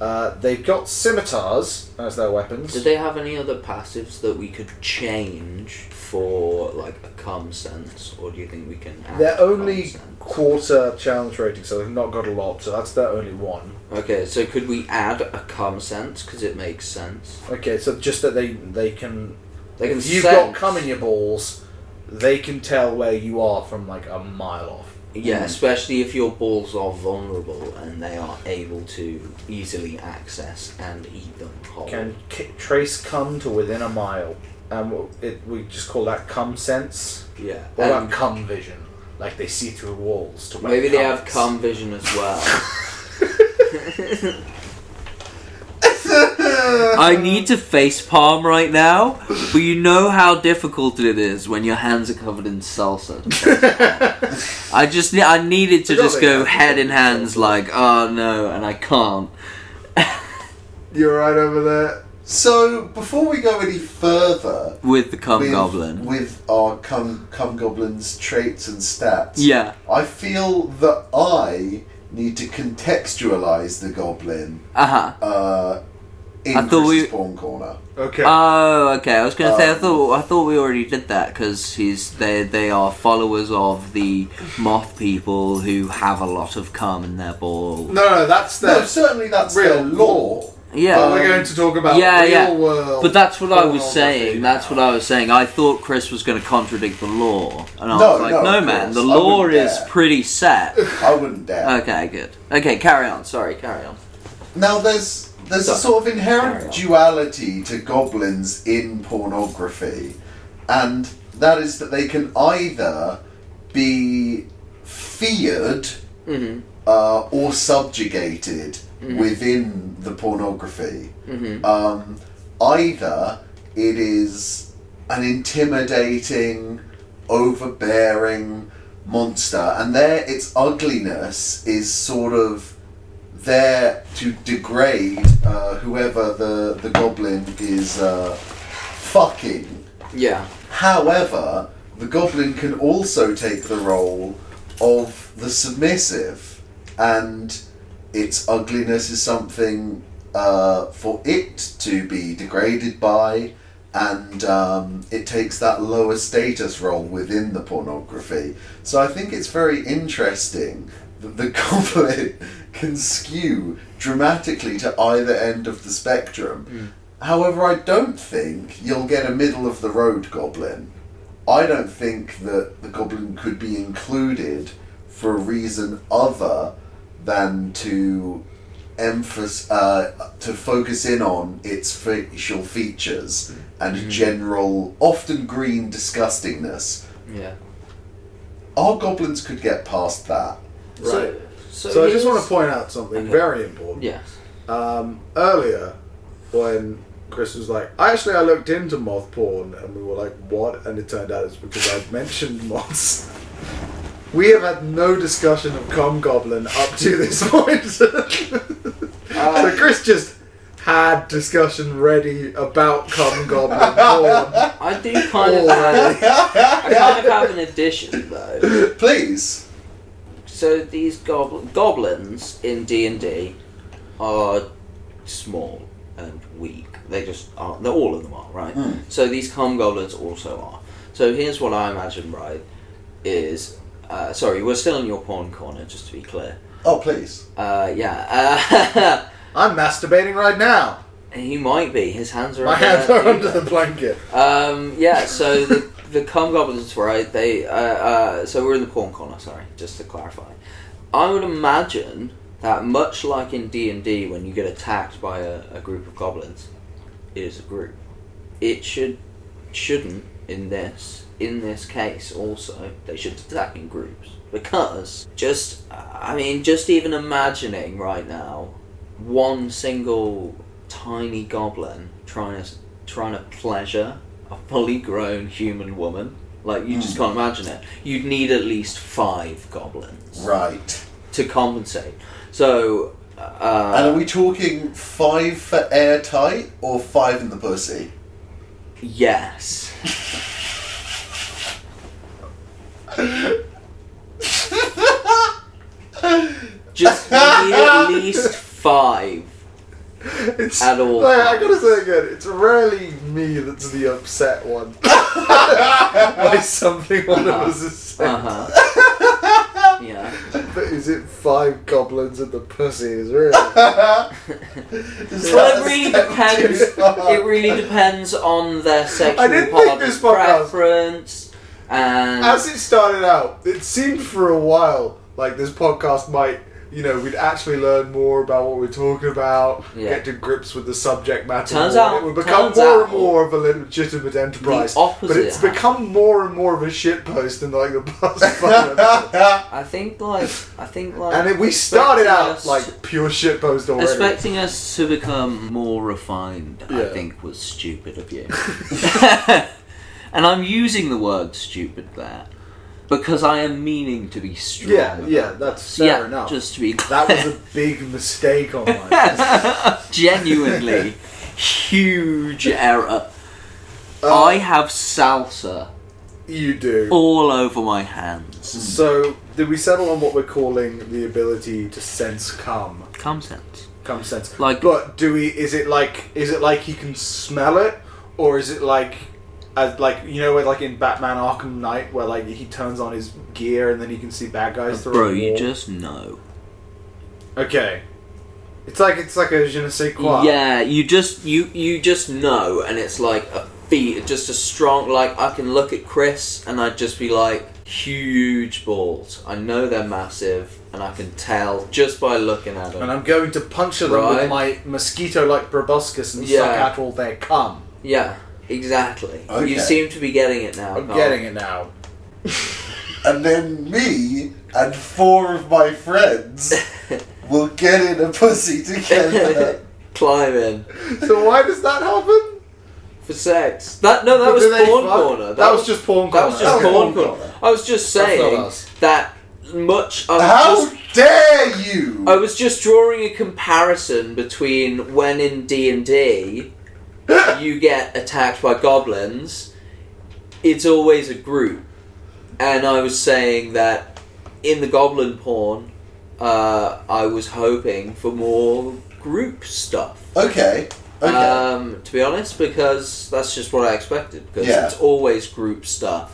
Uh, they've got scimitars as their weapons. Did they have any other passives that we could change for like a cum sense, or do you think we can? Add They're cum only sense? quarter challenge rating, so they've not got a lot. So that's their only one. Okay, so could we add a cum sense because it makes sense? Okay, so just that they they can They can if you've got sense- cum in your balls, they can tell where you are from like a mile off. Yeah, especially if your balls are vulnerable and they are able to easily access and eat them whole. Can k- trace cum to within a mile, and w- it we just call that cum sense yeah. or and about cum vision. Like they see through walls to where maybe they have is. cum vision as well. I need to face palm right now, but you know how difficult it is when your hands are covered in salsa. I just ne- I needed to Forgot just they go had head them. in hands like oh no, and I can't. You're right over there. so before we go any further with the cum with, goblin. with our cum, cum goblins traits and stats, yeah. I feel that I need to contextualize the goblin Uh huh. uh, in I thought Chris's we- porn corner. Okay. Oh, okay. I was gonna say I Um, thought I thought we already did that because he's they they are followers of the moth people who have a lot of cum in their ball. no, no, that's No, the. certainly that's real their law. but Yeah. we're going to talk about yeah, real yeah. world. But that's what I was pornography saying. That's now. what I was saying. I thought Chris was going to contradict the law, and I No, was like, no, "No, of man, course. the I law wouldn't is dare." pretty set." I wouldn't dare. okay, good. Okay, carry on. Sorry, carry on. Now there's there's a So- sort of Carry on. inherent duality to goblins in pornography, and that is that they can either be feared Mhm. uh, or subjugated Mm-hmm. within the pornography. Um, either it is an intimidating, overbearing monster, and there its ugliness is sort of there to degrade uh, whoever the, the goblin is uh, fucking. Yeah. However, the goblin can also take the role of the submissive, and its ugliness is something uh, for it to be degraded by, and um, it takes that lower status role within the pornography. So I think it's very interesting that the goblin can skew dramatically to either end of the spectrum. However, I don't think you'll get a middle of the road goblin. I don't think that the goblin could be included for a reason other than to emphasize uh, to focus in on its facial features and general, often green disgustingness. Yeah. Our goblins could get past that. Right. So- So I just want to point out something Okay. very important. Yes. um, earlier when Chris was like, actually, I looked into moth porn, and we were like, what? And it turned out it's because I'd mentioned moths. We have had no discussion of Com Goblin up to this point. so Chris just had discussion ready about Com Goblin porn. I do kind of Oh. have, I kind of have an addition though. Please. So these gobl- goblins in D and D are small and weak. They just are. They're all of them are right. Hmm. So these cum goblins also are. So here's what I imagine. Right is uh, sorry. We're still in your porn corner, just to be clear. Oh, please. Uh, yeah. Uh, I'm masturbating right now. he might be. His hands are. My under hands that are under duvet. the blanket. Um, yeah, so the, the cum goblins, right? They uh, uh, so we're in the porn corner. Sorry, just to clarify. I would imagine that much like in D and D, when you get attacked by a, a group of goblins, it is a group. It should shouldn't in this in this case also they should attack in groups because just I mean just even imagining right now one single tiny goblin trying to trying to pleasure a fully grown human woman. Like you just can't imagine it. You'd need at least five goblins Right. to compensate. So, And uh, are we talking five for airtight or five in the pussy? yes, just need at least five. It's, At all Like, I gotta say again, it's rarely me that's the upset one. By something one of us has said. Uh huh. Uh-huh. yeah. But is it five goblins and the pussy is Mm. really? Well, it really depends. It really depends on their sexual I didn't think part this podcast- preference and As it started out, it seemed for a while like this podcast might, you know, we'd actually learn more about what we're talking about, Yeah. get to grips with the subject matter. Turns more. out- it would become turns more out- and more of a legitimate enterprise. The opposite but it's happened. become more and more of a shitpost in like the past five episodes. I think like I think like And it- we started out expecting us- like pure shitpost already. expecting us to become more refined. I Yeah. think was stupid of you. and I'm using the word stupid there because I am meaning to be strong. yeah, yeah, that's fair yeah, enough. Just to be clear. That was a big mistake on mine. genuinely huge error. I have salsa Uh, you do. all over my hands. So, did we settle on what we're calling the ability to sense cum? Come sense. Cum sense. Like- but do we? Is it like? Is it like he can smell it, or is it like, as like you know, where like in Batman Arkham Knight, where like he turns on his gear and then he can see bad guys through. Bro, a you wall? just know. okay. It's like it's like a je ne sais quoi. Yeah, you just you you just know, and it's like a feat, just a strong. Like I can look at Chris, and I'd just be like, huge balls. I know they're massive, and I can tell just by looking at them. And I'm going to puncture them Right. with my mosquito-like proboscis and suck Yeah. out all their cum. yeah, exactly. Okay. You seem to be getting it now. I'm Carl. getting it now. And then me and four of my friends will get in a pussy together. Climb in So why does that happen? for sex. That no, that But was do they porn fuck? corner. That, was just porn that corner. was just That was porn porn corner. corner. I was just That's not saying us. that much. I was How just dare you! I was just drawing a comparison between when in D and D you get attacked by goblins. It's always a group, and I was saying that in the goblin porn, uh, I was hoping for more group stuff. Okay. Okay. Um, to be honest, because that's just what I expected. Because Yeah. it's always group stuff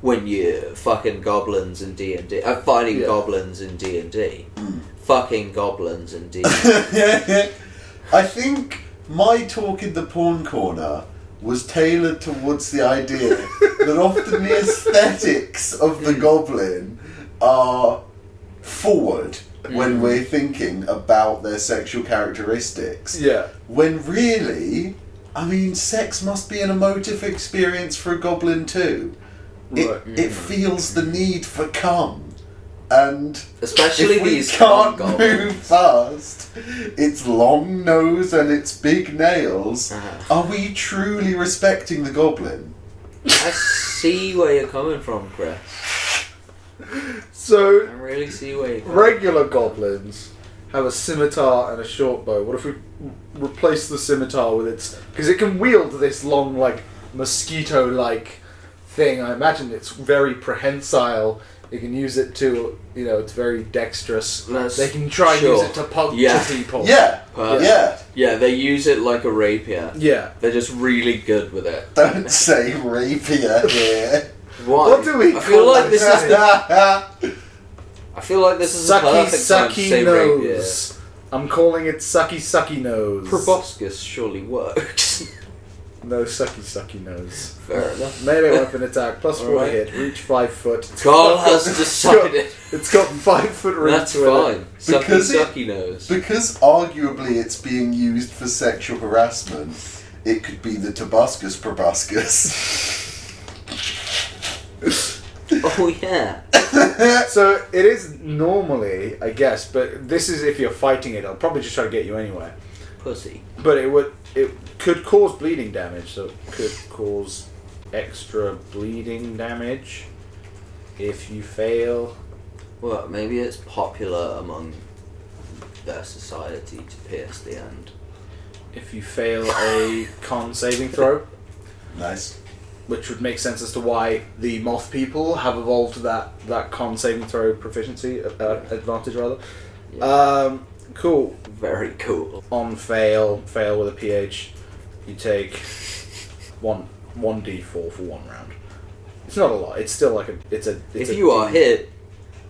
when you're fucking goblins in D and D. Uh, fighting Yeah. Hmm. goblins in D and D. Fucking goblins in D. and I think my talk in the porn corner was tailored towards the idea that often the aesthetics of the goblin are forward when we're thinking about their sexual characteristics. Yeah. When really, I mean, sex must be an emotive experience for a goblin too. It, Right. it feels the need for cum. And Especially if we these can can't move goblins. fast, its long nose and its big nails, Uh-huh. are we truly respecting the goblin? I see where you're coming from, Chris. I So really see where you're coming regular goblins have a scimitar and a short bow. What if we re- replace the scimitar with its because it can wield this long like mosquito like thing. I imagine it's very prehensile. You can use it to you know it's very dexterous. That's- they can try and sure. use it to puncture Yeah. people. Yeah, Perfect. yeah. Yeah, they use it like a rapier. Yeah. They're just really good with it. Don't say rapier here. Why? What do we I feel call like this is the, the... I feel like this is the Sucky perfect time to say sucky rapier. nose. I'm calling it sucky sucky nose. Proboscis surely works. No sucky sucky nose. Fair enough. Melee weapon attack, plus four Alright. hit, reach five foot. It's Carl got- has it's got- decided. It's got five foot reach. That's with it. fine. Sucky Because it- sucky nose. Because arguably it's being used for sexual harassment, it could be the Tobuscus proboscis. oh yeah. so it is normally, I guess, but this is if you're fighting it. I'll probably just try to get you anyway. Pussy. But it would it could cause bleeding damage, so it could cause extra bleeding damage if you fail. Well, maybe it's popular among their society to pierce the end. If you fail a con saving throw, Nice. which would make sense as to why the moth people have evolved that that con saving throw proficiency uh, uh, advantage rather. Yeah. Um, cool. Very cool. on fail, fail with a pH, you take one one d four for one round. It's not a lot. It's still like a it's a. It's a if you are D- hit,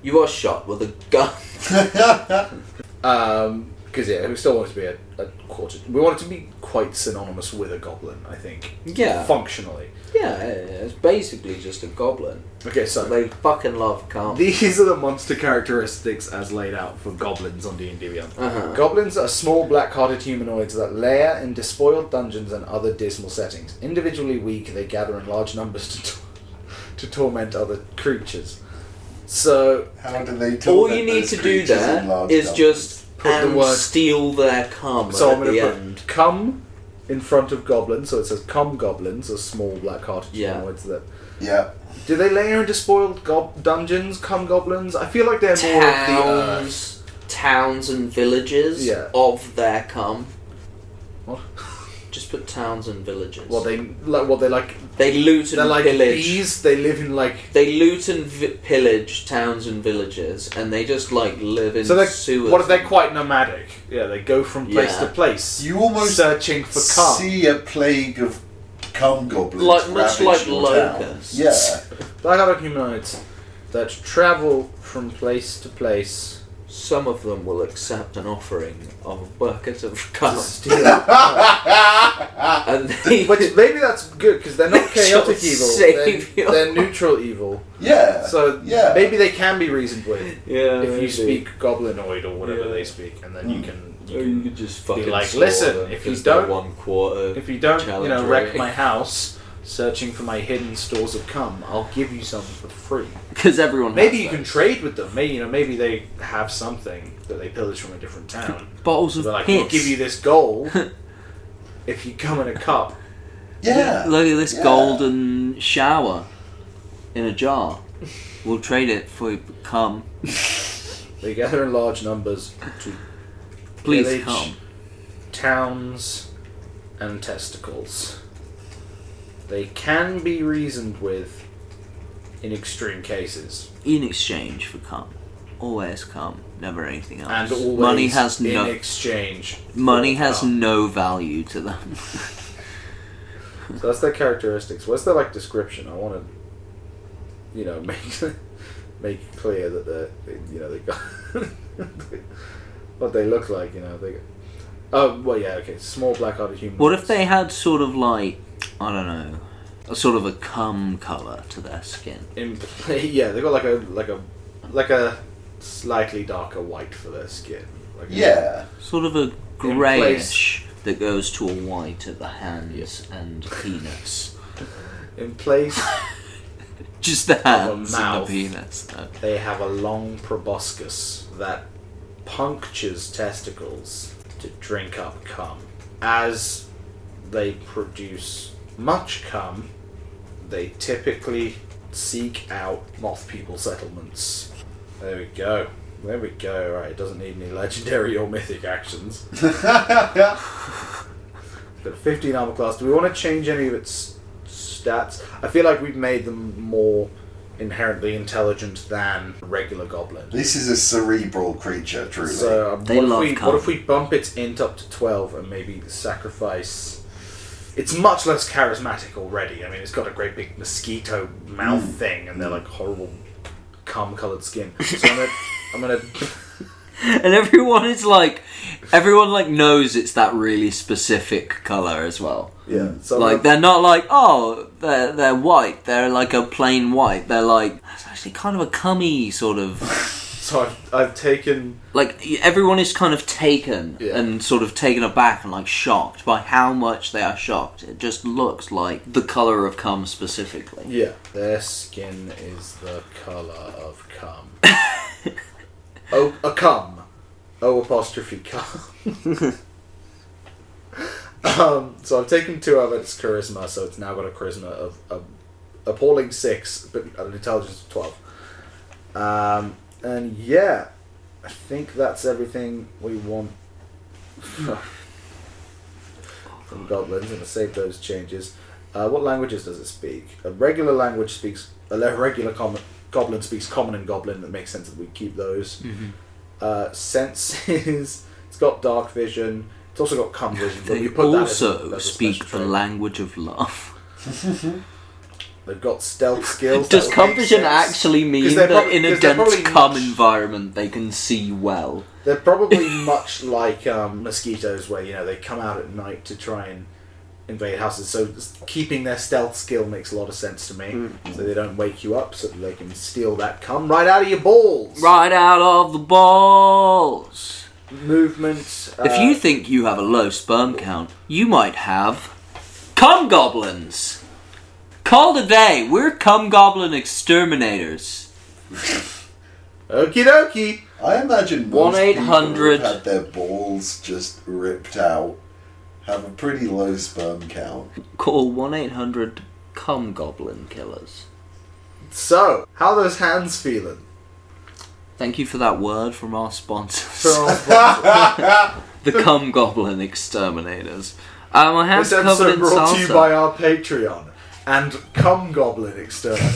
you are shot with a gun. um, because yeah, we still want it to be a, a quarter. We want it to be quite synonymous with a goblin. I think yeah. functionally. Yeah, it's basically just a goblin. Okay, so They fucking love can't. These are the monster characteristics as laid out for goblins on D&D Beyond. Uh-huh. Goblins are small, black-hearted humanoids that lair in despoiled dungeons and other dismal settings. Individually weak, they gather in large numbers to, to torment other creatures. So, How do they? All torment you need those to do creatures in there large is numbers? just Put the and word- steal their cum so at I'm going the to put end. "come" in front of goblins. So it says "come goblins" are small, black-hearted Yeah. humanoids that yeah. do they lair in despoiled gob- dungeons? Come goblins? I feel like they're more of the uh, Towns, towns and villages Yeah. of their cum. What? Just put towns and villages. what they like. What they like They loot and They're like pillage. bees. They live in like They loot and vi- pillage towns and villages, and they just like live in so they're sewers. what if they're quite nomadic? Yeah, they go from place Yeah. to place, You almost searching for cum. see a plague of cum goblins, Like- much ravage like your locusts. town. Black-hearted humanoids that travel from place to place Some of them will accept an offering of a bucket of to cum, steal. Yeah. and they Which maybe that's good because they're not They chaotic shall evil. save They're, you. they're neutral evil. yeah. So Yeah. maybe they can be reasoned with yeah, if maybe. you speak goblinoid or whatever Yeah. they speak, and then you Hmm. can. Or You you can could just fucking like, slaughter "Listen, them if you 'cause they're don't- one quarter, If you don't, you Challenge know, wreck rating. my house searching for my hidden stores of cum, I'll give you some for free. because everyone Maybe has you that. can trade with them. Maybe you know, maybe they have something that they pillage from a different town. bottles of They're like, piss. we'll give you this gold if you come in a cup. yeah. Look at this Yeah. golden shower in a jar. We'll trade it for cum. They gather in large numbers to Please Village. cum. towns and testicles. They can be reasoned with in extreme cases. in exchange for cum. Always cum, never anything else. And always money has in no exchange. for money has cum. no value to them. So that's their characteristics. What's their like description? I want to, you know, make make it clear that they're, they- you know, they got what they look like. You know, they. Oh well, yeah, okay. Small black-hearted humans. what if they had sort of like I don't know, a sort of a cum color to their skin? Impl- yeah, they got like a like a like a slightly darker white for their skin. Like a- Yeah. Sort of a place. greyish that goes to a white at the hands and penis. In place, Just the hands and the mouth. penis. though. they have a long proboscis that punctures testicles to drink up cum. As they produce much cum, they typically seek out moth people settlements. There we go. There we go. Right, it doesn't need any legendary or mythic actions. Got a 15 armor class. Do we want to change any of its stats? I feel like we've made them more inherently intelligent than a regular goblin. this is a cerebral creature, truly. So um, They what, love if we, cum. what if we bump its int up to twelve and maybe sacrifice? It's much less charismatic already. I mean, it's got a great big mosquito mouth thing, and they're like horrible cum-colored skin. So I'm gonna, I'm gonna And everyone is like, everyone like knows it's that really specific color as well. yeah. So I'm Like gonna- they're not like oh they're they're white. They're like a plain white. They're like that's actually kind of a cummy sort of So I've, I've taken like y- everyone is kind of taken Yeah. and sort of taken aback and like shocked by how much they are shocked. It just looks like the color of cum specifically. yeah. Their skin is the color of cum. oh, a cum. Oh apostrophe cum. um, so I've taken two of its charisma, so it's now got a charisma of, of appalling six, but an intelligence of twelve. Um, and yeah, I think that's everything we want. From goblins, and I saved those changes. Uh, what languages does it speak? A regular language speaks. A le- regular com- goblin speaks common and goblin. It makes sense that we keep those. Mm-hmm. Uh, senses. It's got dark vision. It's also got cum vision. But They we put that as a- also as a speak special the trait. language of love. They've got stealth skills. Does that would cum make vision sense. actually 'Cause mean they're that probably- in a 'cause they're dense probably cum much- environment they can see well? They're probably much like um, mosquitoes, where you know they come out at night to try and invade houses. So s- keeping their stealth skill makes a lot of sense to me. Hmm. So they don't wake you up, so that they can steal that cum right out of your balls. Right out of the balls. Movement. Uh, If you think you have a low sperm count, you might have cum goblins. Call today. We're cum goblin exterminators. okie dokie. I imagine most people who've 1-800 had their balls just ripped out have a pretty low sperm count. Call 1 800 cum goblin killers. So how are those hands feeling? Thank you for that word from our For sponsors, our sponsor. the cum goblin exterminators. Um, my hands this covered episode in brought to you by salsa. our Patreon and cum goblin external.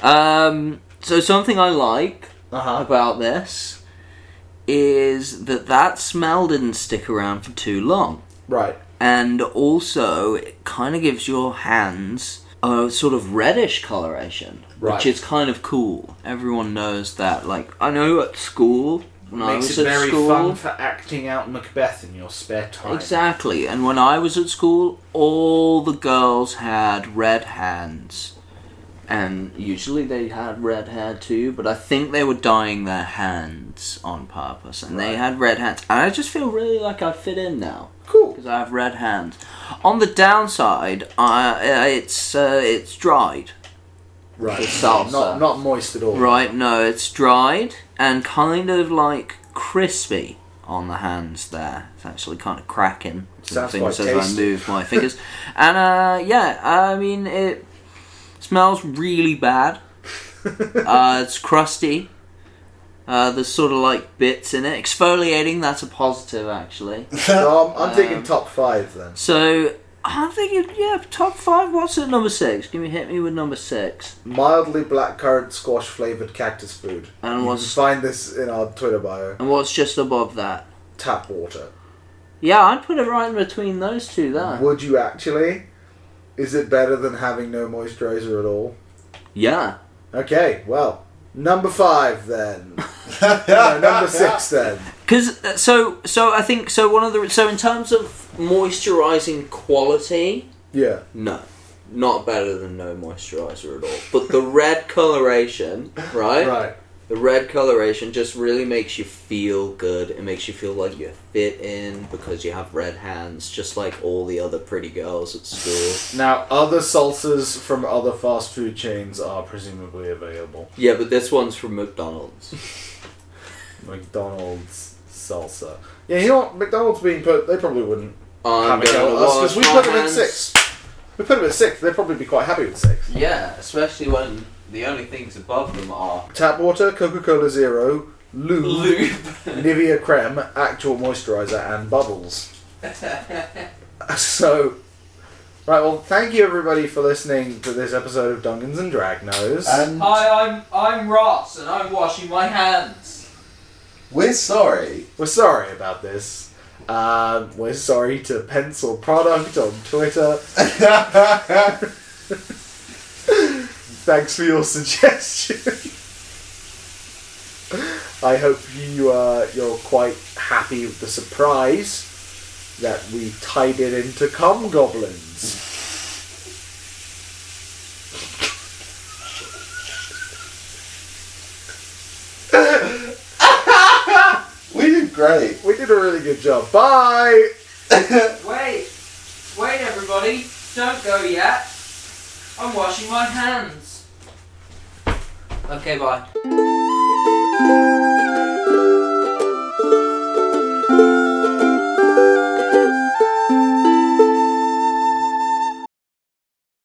um, so something I like Uh huh. about this is that that smell didn't stick around for too long. Right. and also it kind of gives your hands a sort of reddish coloration, Right. which is kind of cool. Everyone knows that. Like I know at school when I Makes was it at very school, fun for acting out Macbeth in your spare time. exactly. And when I was at school, all the girls had red hands. And usually they had red hair too, but I think they were dyeing their hands on purpose, and they Right. had red hands. And I just feel really like I fit in now Cool. because I have red hands. On the downside, I, uh, it's uh, it's dried, Right. The salsa. Not not moist at all. right? No, it's dried and kind of like crispy on the hands. There, it's actually kind of cracking. Sounds Something quite says I tasty. move my fingers, and uh, yeah, I mean it smells really bad. Uh, it's crusty. Uh, there's sort of like bits in it. Exfoliating, that's a positive actually. so I'm, I'm taking Um, top five then. So I'm thinking, yeah, top five. What's at number six? Give me, hit me with number six. Mildly blackcurrant squash flavored cactus food. And you can what's find this in our Twitter bio. and what's just above that? Tap water. Yeah, I'd put it right in between those two. There. Would you actually? Is it better than having no moisturizer at all? Yeah. Okay. Well, number five then. no, number six then. Because uh, so so I think so. One of the so in terms of moisturizing quality, Yeah. no, not better than no moisturizer at all. But the red coloration, right? Right. The red coloration just really makes you feel good. It makes you feel like you fit in because you have red hands, just like all the other pretty girls at school. Now, other salsas from other fast food chains are presumably available. Yeah, but this one's from McDonald's. McDonald's salsa. Yeah, you know what? McDonald's being put, they probably wouldn't I'm have a gonna go at us because wash my we put them in hands. six. We put them in six. They'd probably be quite happy with six. Yeah, especially when the only things above them are Tap water, Coca Cola Zero, Lube, Nivea Creme, Actual Moisturizer, and Bubbles. so, right, well, thank you everybody for listening to this episode of Dungans and Dragnose. And I'm I'm Ross, and I'm washing my hands. we're sorry. We're sorry about this. Um, we're sorry to Pencil Product on Twitter. Thanks for your suggestion. I hope you uh, you're quite happy with the surprise that we tied it into cum goblins. great. We did a really good job. Bye! Wait, wait, everybody! Don't go yet. I'm washing my hands. Okay, bye.